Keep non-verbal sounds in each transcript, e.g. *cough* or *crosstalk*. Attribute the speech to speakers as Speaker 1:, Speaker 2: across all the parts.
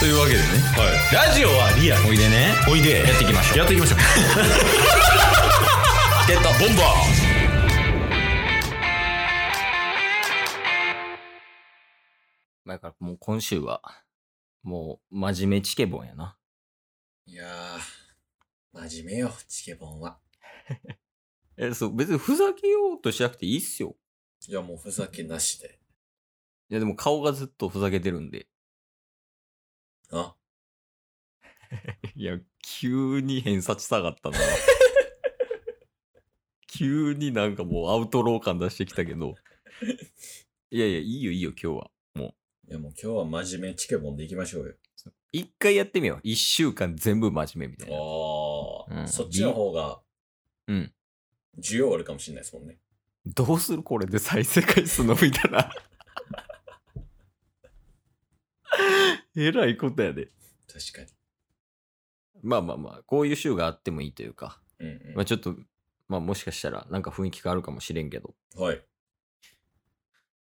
Speaker 1: というわけでね
Speaker 2: はい。ラジオはリアル。
Speaker 1: おいでね
Speaker 2: おいで。
Speaker 1: やっていきましょう
Speaker 2: やって
Speaker 1: *laughs*
Speaker 2: いきましょう。
Speaker 1: ゲットボンバ
Speaker 3: まあだからもう今週は、もう真面目チケボンやな。
Speaker 4: いやー、真面目よ、チケボンは。
Speaker 3: *laughs* え、そう、別にふざけようとしなくていいっすよ。
Speaker 4: いや、もうふざけなしで。
Speaker 3: いやでも顔がずっとふざけてるんで。
Speaker 4: あ、
Speaker 3: いや、急に偏差値下がったな。急になんかもうアウトロー感出してきたけど。いやいや、いいよいいよ今日は。もう。
Speaker 4: いや、もう今日は真面目チケボンでいきましょう
Speaker 3: 一回やってみよう。一週間全部真面目みたいな。
Speaker 4: よ。あー、
Speaker 3: うん
Speaker 4: そっちの方が、
Speaker 3: うん。
Speaker 4: 需要あるかもしれないですもんね。
Speaker 3: どうするこれで再生回数伸びたら。えらいことやで。
Speaker 4: 確か
Speaker 3: まあまあまあ、こういう週があってもいいというか、
Speaker 4: に。うん、
Speaker 3: まあちょっと、まあもしかしたらなんか雰囲気変わるかもしれんけど。
Speaker 4: うん。はい。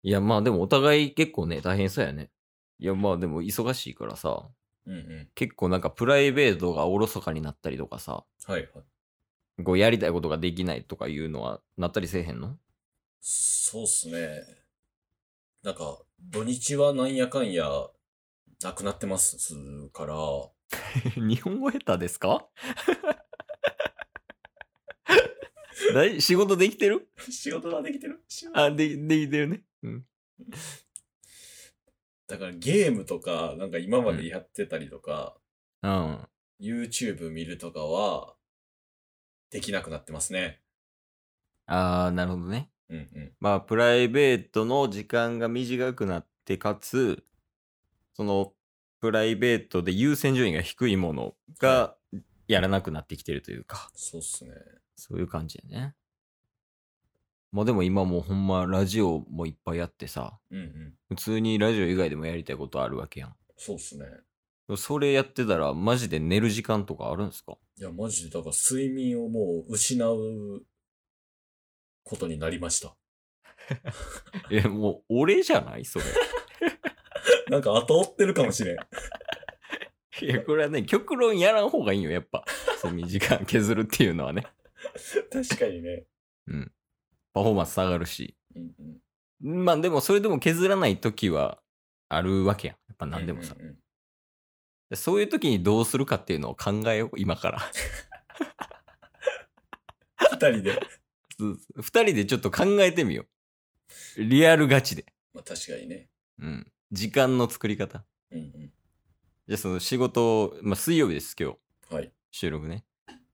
Speaker 3: いやまあでもお互い結構ね、大変そうやね。いやまあでも忙しいからさ、
Speaker 4: うんうん。
Speaker 3: 結構なんかプライベートがおろそかになったりとかさ、
Speaker 4: はいはい。
Speaker 3: こうやりたいことができないとかいうのはなったりせえへんの
Speaker 4: そうっすね。なんか、土日はなんやかんや、なくなってますから、
Speaker 3: *laughs* 日本語下手ですか *laughs* 大仕事できてる
Speaker 4: *laughs* 仕事ができてる仕事
Speaker 3: あで、できてるね。うん。
Speaker 4: だからゲームとか、なんか今までやってたりとか、
Speaker 3: うん。
Speaker 4: YouTube 見るとかは、できなくなってますね。
Speaker 3: ああ、なるほどね。
Speaker 4: うんうん。
Speaker 3: まあ、プライベートの時間が短くなって、かつ、その、プライベートで優先順位が低いものが、やらなくなってきてるというか、
Speaker 4: そうっすね。
Speaker 3: そういう感じやね。まあでも今もうほんまラジオもいっぱいやってさ、
Speaker 4: うんうん。
Speaker 3: 普通にラジオ以外でもやりたいことあるわけや
Speaker 4: そうっすね。
Speaker 3: ん。それやってたら、マジで寝る時間とかあるんですか
Speaker 4: いや、マジで、だから睡眠をもう失うことになりました。 *laughs*
Speaker 3: いや、もう俺じゃないそれ。
Speaker 4: なんか後追ってるかもしれん。
Speaker 3: いや、これはね、極論やらん方がいいよ、やっぱ。睡眠時間削るっていうのはね。
Speaker 4: *laughs* 確かにね。
Speaker 3: うん。パフォーマンス下がるし。
Speaker 4: うんうん。
Speaker 3: まあでも、それでも削らない時はあるわけやん。やっぱ何でもさ。
Speaker 4: うんうんうん
Speaker 3: そういう時にどうするかっていうのを考えよう、今から。 *laughs*
Speaker 4: 二人で。
Speaker 3: 二人でちょっと考えてみよう。リアルガチで。
Speaker 4: まあ確かにね。
Speaker 3: うん。時間の作り方。
Speaker 4: うん
Speaker 3: じゃあその仕事を、まあ水曜日です、今日。
Speaker 4: うん。はい。
Speaker 3: 収録ね。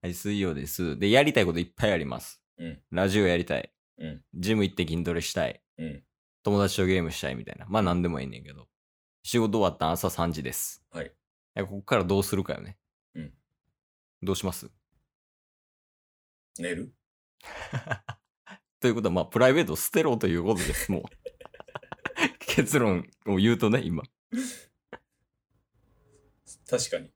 Speaker 3: はい、水曜です。で、やりたいこといっぱいあります。
Speaker 4: うん
Speaker 3: ラジオやりたい。
Speaker 4: うん
Speaker 3: ジム行って筋トレしたい。
Speaker 4: うん。
Speaker 3: 友達とゲームしたいみたいな。まあ何でもいいねんけど。仕事終わったん朝3時です。
Speaker 4: はい
Speaker 3: や。ここからどうするかよね。
Speaker 4: うん。
Speaker 3: どうします
Speaker 4: 寝る
Speaker 3: ということは、まあプライベートを捨てろということです、
Speaker 4: *laughs*
Speaker 3: もう。結論を言うとね、今。
Speaker 4: 確かに。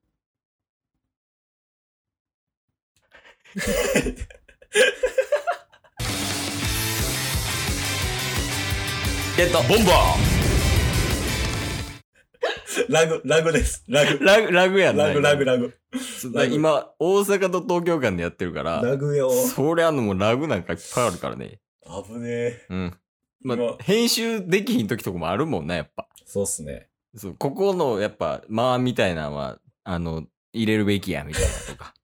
Speaker 3: ゲットボンバ
Speaker 4: ラグ、ラグです。ラグ。
Speaker 3: ラグ、ラグやんな
Speaker 4: ラグ、ラグ、ラグ。
Speaker 3: 今今、大阪と東京間でやってるから、
Speaker 4: ラグよ。
Speaker 3: そりゃあのもうラグなんかいっぱいあるからね。
Speaker 4: 危ねえ。
Speaker 3: うん。ま
Speaker 4: 今
Speaker 3: あ、編集できひん時とかもあるもんな、やっぱ。
Speaker 4: そうっすね。
Speaker 3: そう、ここの、やっぱ、間みたいなのは、あの、入れるべきや、みたいなとか。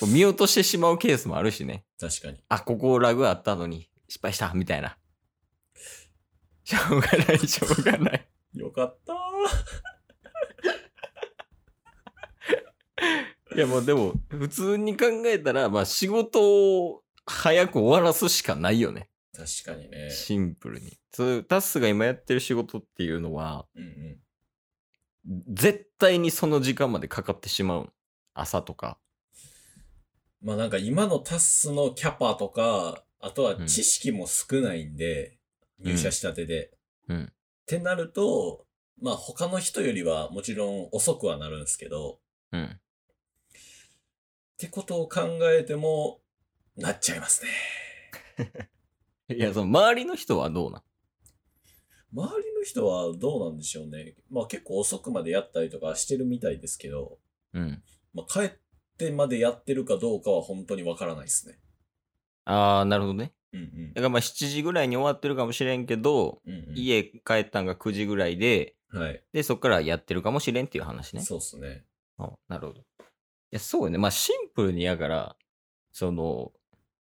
Speaker 3: こう見落としてしまうケースもあるしね。
Speaker 4: 確かに。
Speaker 3: あ、ここラグあったのに、失敗した、みたいな。しょうがない、しょうがない。
Speaker 4: よかったー。
Speaker 3: いや、もうでも、普通に考えたら、まあ、仕事を早く終わらすしかないよね。
Speaker 4: 確かにね。
Speaker 3: シンプルに。そう、タスが今やってる仕事っていうのは、
Speaker 4: うんうん。
Speaker 3: 絶対にその時間までかかってしまう。朝とか。
Speaker 4: まあなんか今のタスのキャパとか、あとは
Speaker 3: うん
Speaker 4: 知識も少ないんで、
Speaker 3: うん
Speaker 4: 入社したてで。
Speaker 3: うん
Speaker 4: ってなると、まあ他の人よりはもちろん遅くはなるんですけど、っ *laughs*
Speaker 3: うん。
Speaker 4: てことを考えても、なっちゃいますね。
Speaker 3: いや、その周りの人はどうなん
Speaker 4: 周りの人はどうなんでしょうね。まあ結構遅くまでやったりとかしてるみたいですけど、
Speaker 3: うん。
Speaker 4: まあ帰ってまでやってるかどうかは本当にわからないですね。
Speaker 3: ああ、なるほどね。
Speaker 4: うんうん
Speaker 3: だ。からまあ7時ぐらいに終わってるかもしれんけど、
Speaker 4: うんうん、
Speaker 3: 家帰ったんが9時ぐらいで、
Speaker 4: はい。
Speaker 3: で、そっからやってるかもしれんっていう話ね。
Speaker 4: そうっすね。
Speaker 3: あなるほど。いや、そうよね。まあ、シンプルにやから、その、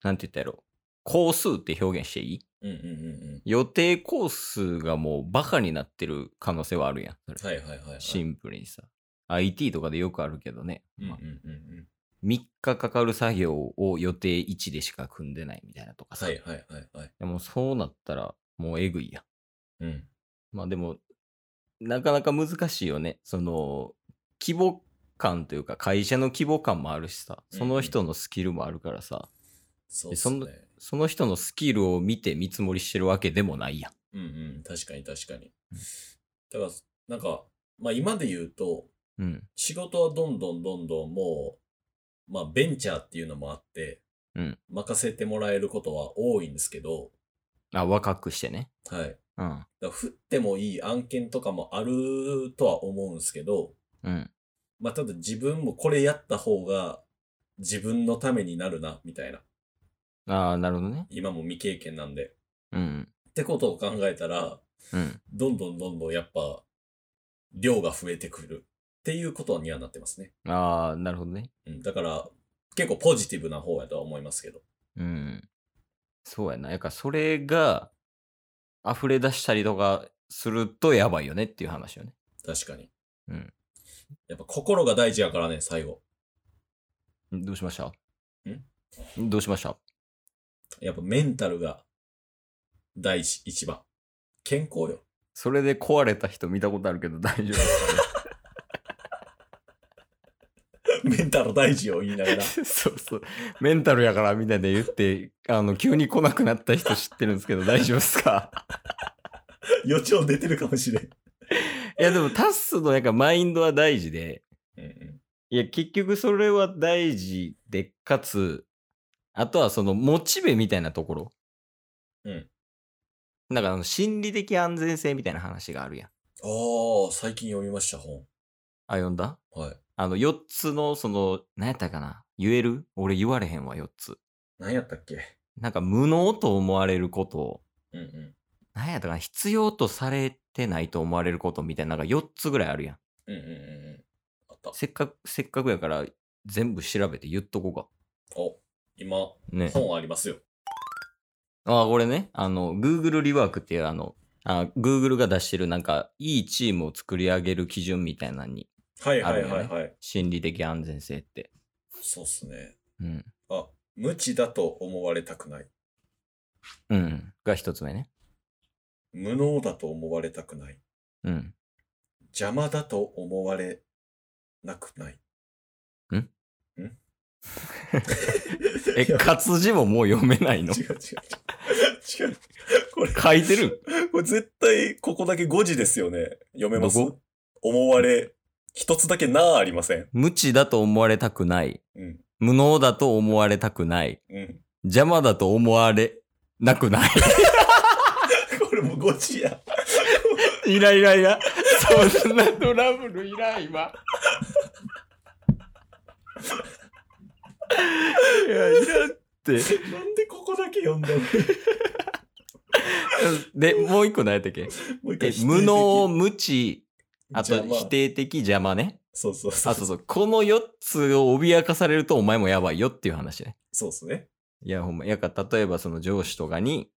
Speaker 3: なんて言ったやろ。工数って表現していい
Speaker 4: うんうんうん
Speaker 3: 予定工数がもうバカになってる可能性はあるやん。それ
Speaker 4: うん。はいはいはい、はい。
Speaker 3: シンプルにさ。IT とかでよくあるけどね。
Speaker 4: うんうん
Speaker 3: まあ
Speaker 4: うんうん。
Speaker 3: 3日かかる作業を予定1でしか組んでないみたいなとかさ。
Speaker 4: はいはいはいはい。
Speaker 3: でもそうなったらもうえぐいやん。
Speaker 4: うん。
Speaker 3: まあでも、なかなか難しいよね。その、規模感というか、会社の規模感もあるしさ、その人のスキルもあるからさ、
Speaker 4: そうっすね。
Speaker 3: その人のスキルを見て見積もりしてるわけでもないやん。
Speaker 4: うんうん。確かに確かに。だから、なんか、まあ今で言うと、
Speaker 3: うん。
Speaker 4: 仕事はどんどんどんどんもう、まあベンチャーっていうのもあって、
Speaker 3: うん
Speaker 4: 任せてもらえることは多いんですけど、
Speaker 3: あ、若くしてね。
Speaker 4: はい。だか
Speaker 3: うん。
Speaker 4: ら振ってもいい案件とかもあるとは思うんですけど、
Speaker 3: うん。
Speaker 4: まあただ自分もこれやった方が自分のためになるな、みたいな。
Speaker 3: ああ、なるほどね。
Speaker 4: 今も未経験なんで。
Speaker 3: うん。
Speaker 4: ってことを考えたら、
Speaker 3: うん。
Speaker 4: どんどんどんどんやっぱ、量が増えてくるっていうことにはなってますね。
Speaker 3: ああ、なるほどね。
Speaker 4: うん、だから、結構ポジティブな方やとは思いますけど。
Speaker 3: うん。そうやな。やからそれが溢れ出したりとかするとやばいよねっていう話よね。
Speaker 4: 確かに。
Speaker 3: うん。
Speaker 4: やっぱ心が大事やからね、最後。
Speaker 3: んどうしましたんどうしました
Speaker 4: やっぱメンタルが大事、一番。健康よ。 *laughs*
Speaker 3: それで壊れた人見たことあるけど大丈夫ですかね
Speaker 4: メンタル大事よ、言いな *laughs* がら。
Speaker 3: *laughs* そうそう。メンタルやからみたいな言って、あの、急に来なくなった人知ってるんですけど大丈夫ですか *laughs*
Speaker 4: 予兆出てるかもしれん。
Speaker 3: いやでもタッスのなんかマインドは大事で、
Speaker 4: うんうん。
Speaker 3: いや結局それは大事で、かつ、あとはそのモチベみたいなところ。
Speaker 4: うん。
Speaker 3: なんかあの心理的安全性みたいな話があるやん。
Speaker 4: ああ、最近読みました、本。
Speaker 3: あ、読んだ
Speaker 4: はい。
Speaker 3: あの4つのその、何やったかな言える俺言われへんわ4つ。
Speaker 4: 何やったっけ
Speaker 3: なんか無能と思われることを、
Speaker 4: うんう
Speaker 3: なんやったかな、必要とされてないと思われることみたいな、なんか4つぐらいあるやん。
Speaker 4: ん。うんうんうんうん。あった。
Speaker 3: せっかく、せっかくやから、全部調べて言っとこうか。
Speaker 4: お、今、
Speaker 3: ね。
Speaker 4: 本ありますよ。
Speaker 3: ああ、これね、あの、Google リワークっていう、あの、あ Google が出してる、なんか、いいチームを作り上げる基準みたいなのに、
Speaker 4: はいはいはいはい。
Speaker 3: 心理的安全性って。
Speaker 4: そうっすね。
Speaker 3: うん。
Speaker 4: あ、無知だと思われたくない。
Speaker 3: うん。が一つ目ね。
Speaker 4: 無能だと思われたくない。
Speaker 3: うん。
Speaker 4: 邪魔だと思われなくない。
Speaker 3: ん
Speaker 4: ん
Speaker 3: *laughs* え、
Speaker 4: いや
Speaker 3: 活字ももう読めない *laughs* の
Speaker 4: 違う違う違う。違う。これ、
Speaker 3: 書いてる
Speaker 4: これ絶対ここだけ5時ですよね。読めます
Speaker 3: どこ
Speaker 4: 思われ、一つだけなあありません。
Speaker 3: 無知だと思われたくない。
Speaker 4: うん。
Speaker 3: 無能だと思われたくない。
Speaker 4: うん。 *laughs*
Speaker 3: 邪魔だと思われなくない。
Speaker 4: これもう5時や。
Speaker 3: *laughs* イライライラ。 *laughs* そんなトラブ *laughs* ルいらん、今。いや、いらんって。
Speaker 4: なんでここだけ読んだの
Speaker 3: *laughs* で、もう一個何やったっけ
Speaker 4: もう一
Speaker 3: *laughs* え
Speaker 4: 回否定的
Speaker 3: 無能、無知、あと
Speaker 4: 邪魔
Speaker 3: 否定的邪魔ね。
Speaker 4: そうそうそう。
Speaker 3: あ、そうそう。この4つを脅かされるとお前もやばいよっていう話ね。
Speaker 4: そうっすね。
Speaker 3: いや、ほんま。やか、例えばその上司とかに、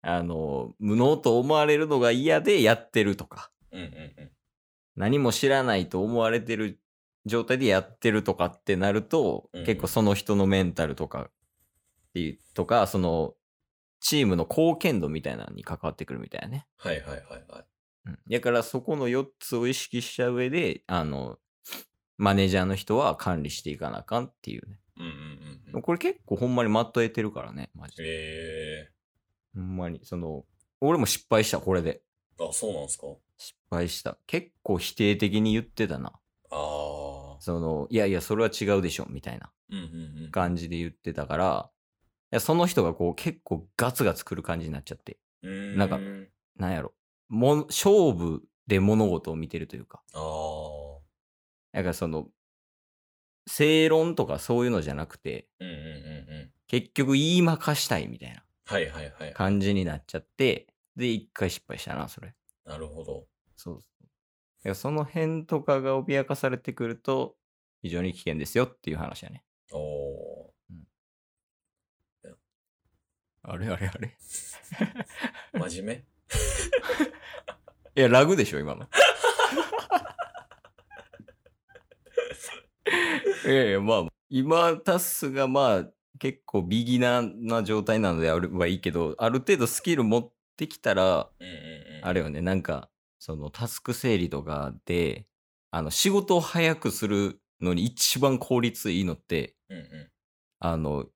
Speaker 3: あの、無能と思われるのが嫌でやってるとか。
Speaker 4: うんうんうん。
Speaker 3: 何も知らないと思われてる状態でやってるとかってなると、
Speaker 4: うん
Speaker 3: 結構その人のメンタルとかっていうとかそのチームの貢献度みたいなのに関わってくるみたいなね。
Speaker 4: はいはいはいはい。
Speaker 3: うん、だからそこの4つを意識した上であのマネージャーの人は管理していかなあかんっていうね。
Speaker 4: うんうんうんうん。
Speaker 3: これ結構ほんまにまっとえてるからねマジで。
Speaker 4: え
Speaker 3: ほんまにその俺も失敗したこれで。
Speaker 4: ー、あ、そうなんすか
Speaker 3: 失敗した。結構否定的に言ってたな。
Speaker 4: ああ。
Speaker 3: そのいやいやそれは違うでしょみたいな。
Speaker 4: うんうんうん。
Speaker 3: 感じで言ってたから、いやその人がこう結構ガツガツくる感じになっちゃって、
Speaker 4: うーん
Speaker 3: なんかなんやろ、もん勝負で物事を見てるというか
Speaker 4: ああ。
Speaker 3: だからその正論とかそういうのじゃなくて
Speaker 4: うんうんうんうん。
Speaker 3: 結局言いまかしたいみたいな
Speaker 4: はいはいはい。
Speaker 3: 感じになっちゃってで一回失敗したなそれ
Speaker 4: なるほど。
Speaker 3: そうそうだからその辺とかが脅かされてくると非常に危険ですよっていう話だね
Speaker 4: おお
Speaker 3: あれあれあれ
Speaker 4: ー。真面
Speaker 3: いや、ラグでしょ、今の。 *laughs* いやいや、まあ、今、タスがまあ、結構ビギナーな状態なのであればいいけど、ある程度スキル持ってきたら、
Speaker 4: 目うんうんうん。
Speaker 3: あれよね、なんか、そのタスク整理とかで、あの、仕事を早くするのに一番効率いいのって、
Speaker 4: うんうん。
Speaker 3: あの、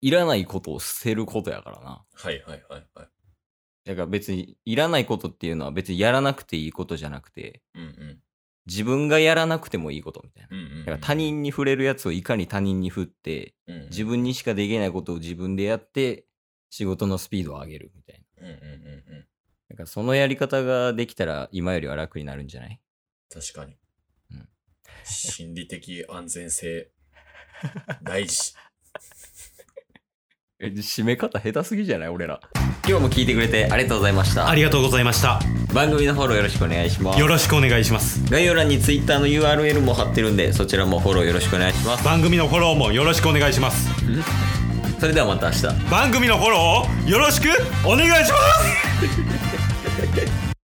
Speaker 3: いらないことを捨てることやからな。
Speaker 4: はいはいはいはい。
Speaker 3: だから別に、いらないことっていうのは別にやらなくていいことじゃなくて、
Speaker 4: うんうん。
Speaker 3: 自分がやらなくてもいいことみたいな。
Speaker 4: うんうんうん、
Speaker 3: だから他人に触れるやつをいかに他人に振って、
Speaker 4: うんうん、
Speaker 3: 自分にしかできないことを自分でやって、仕事のスピードを上げるみたいな。
Speaker 4: うんうんうんうん。
Speaker 3: だからそのやり方ができたら今よりは楽になるんじゃない
Speaker 4: 確かに。
Speaker 3: うん
Speaker 4: 心理的安全性、大事。
Speaker 3: え、締め方下手すぎじゃない俺ら。今日も聞いてくれてありがとうございました。
Speaker 2: ありがとうございました。
Speaker 3: 番組のフォローよろしくお願いします
Speaker 2: よ。ろしくお願いします。
Speaker 3: 概要欄に Twitter の URL も貼ってるんで、そちらもフォローよろしくお願いします。
Speaker 2: 番組のフォローもよろしくお願いします。
Speaker 3: それではまた明日。
Speaker 2: 番組のフォローをよろしくお願いします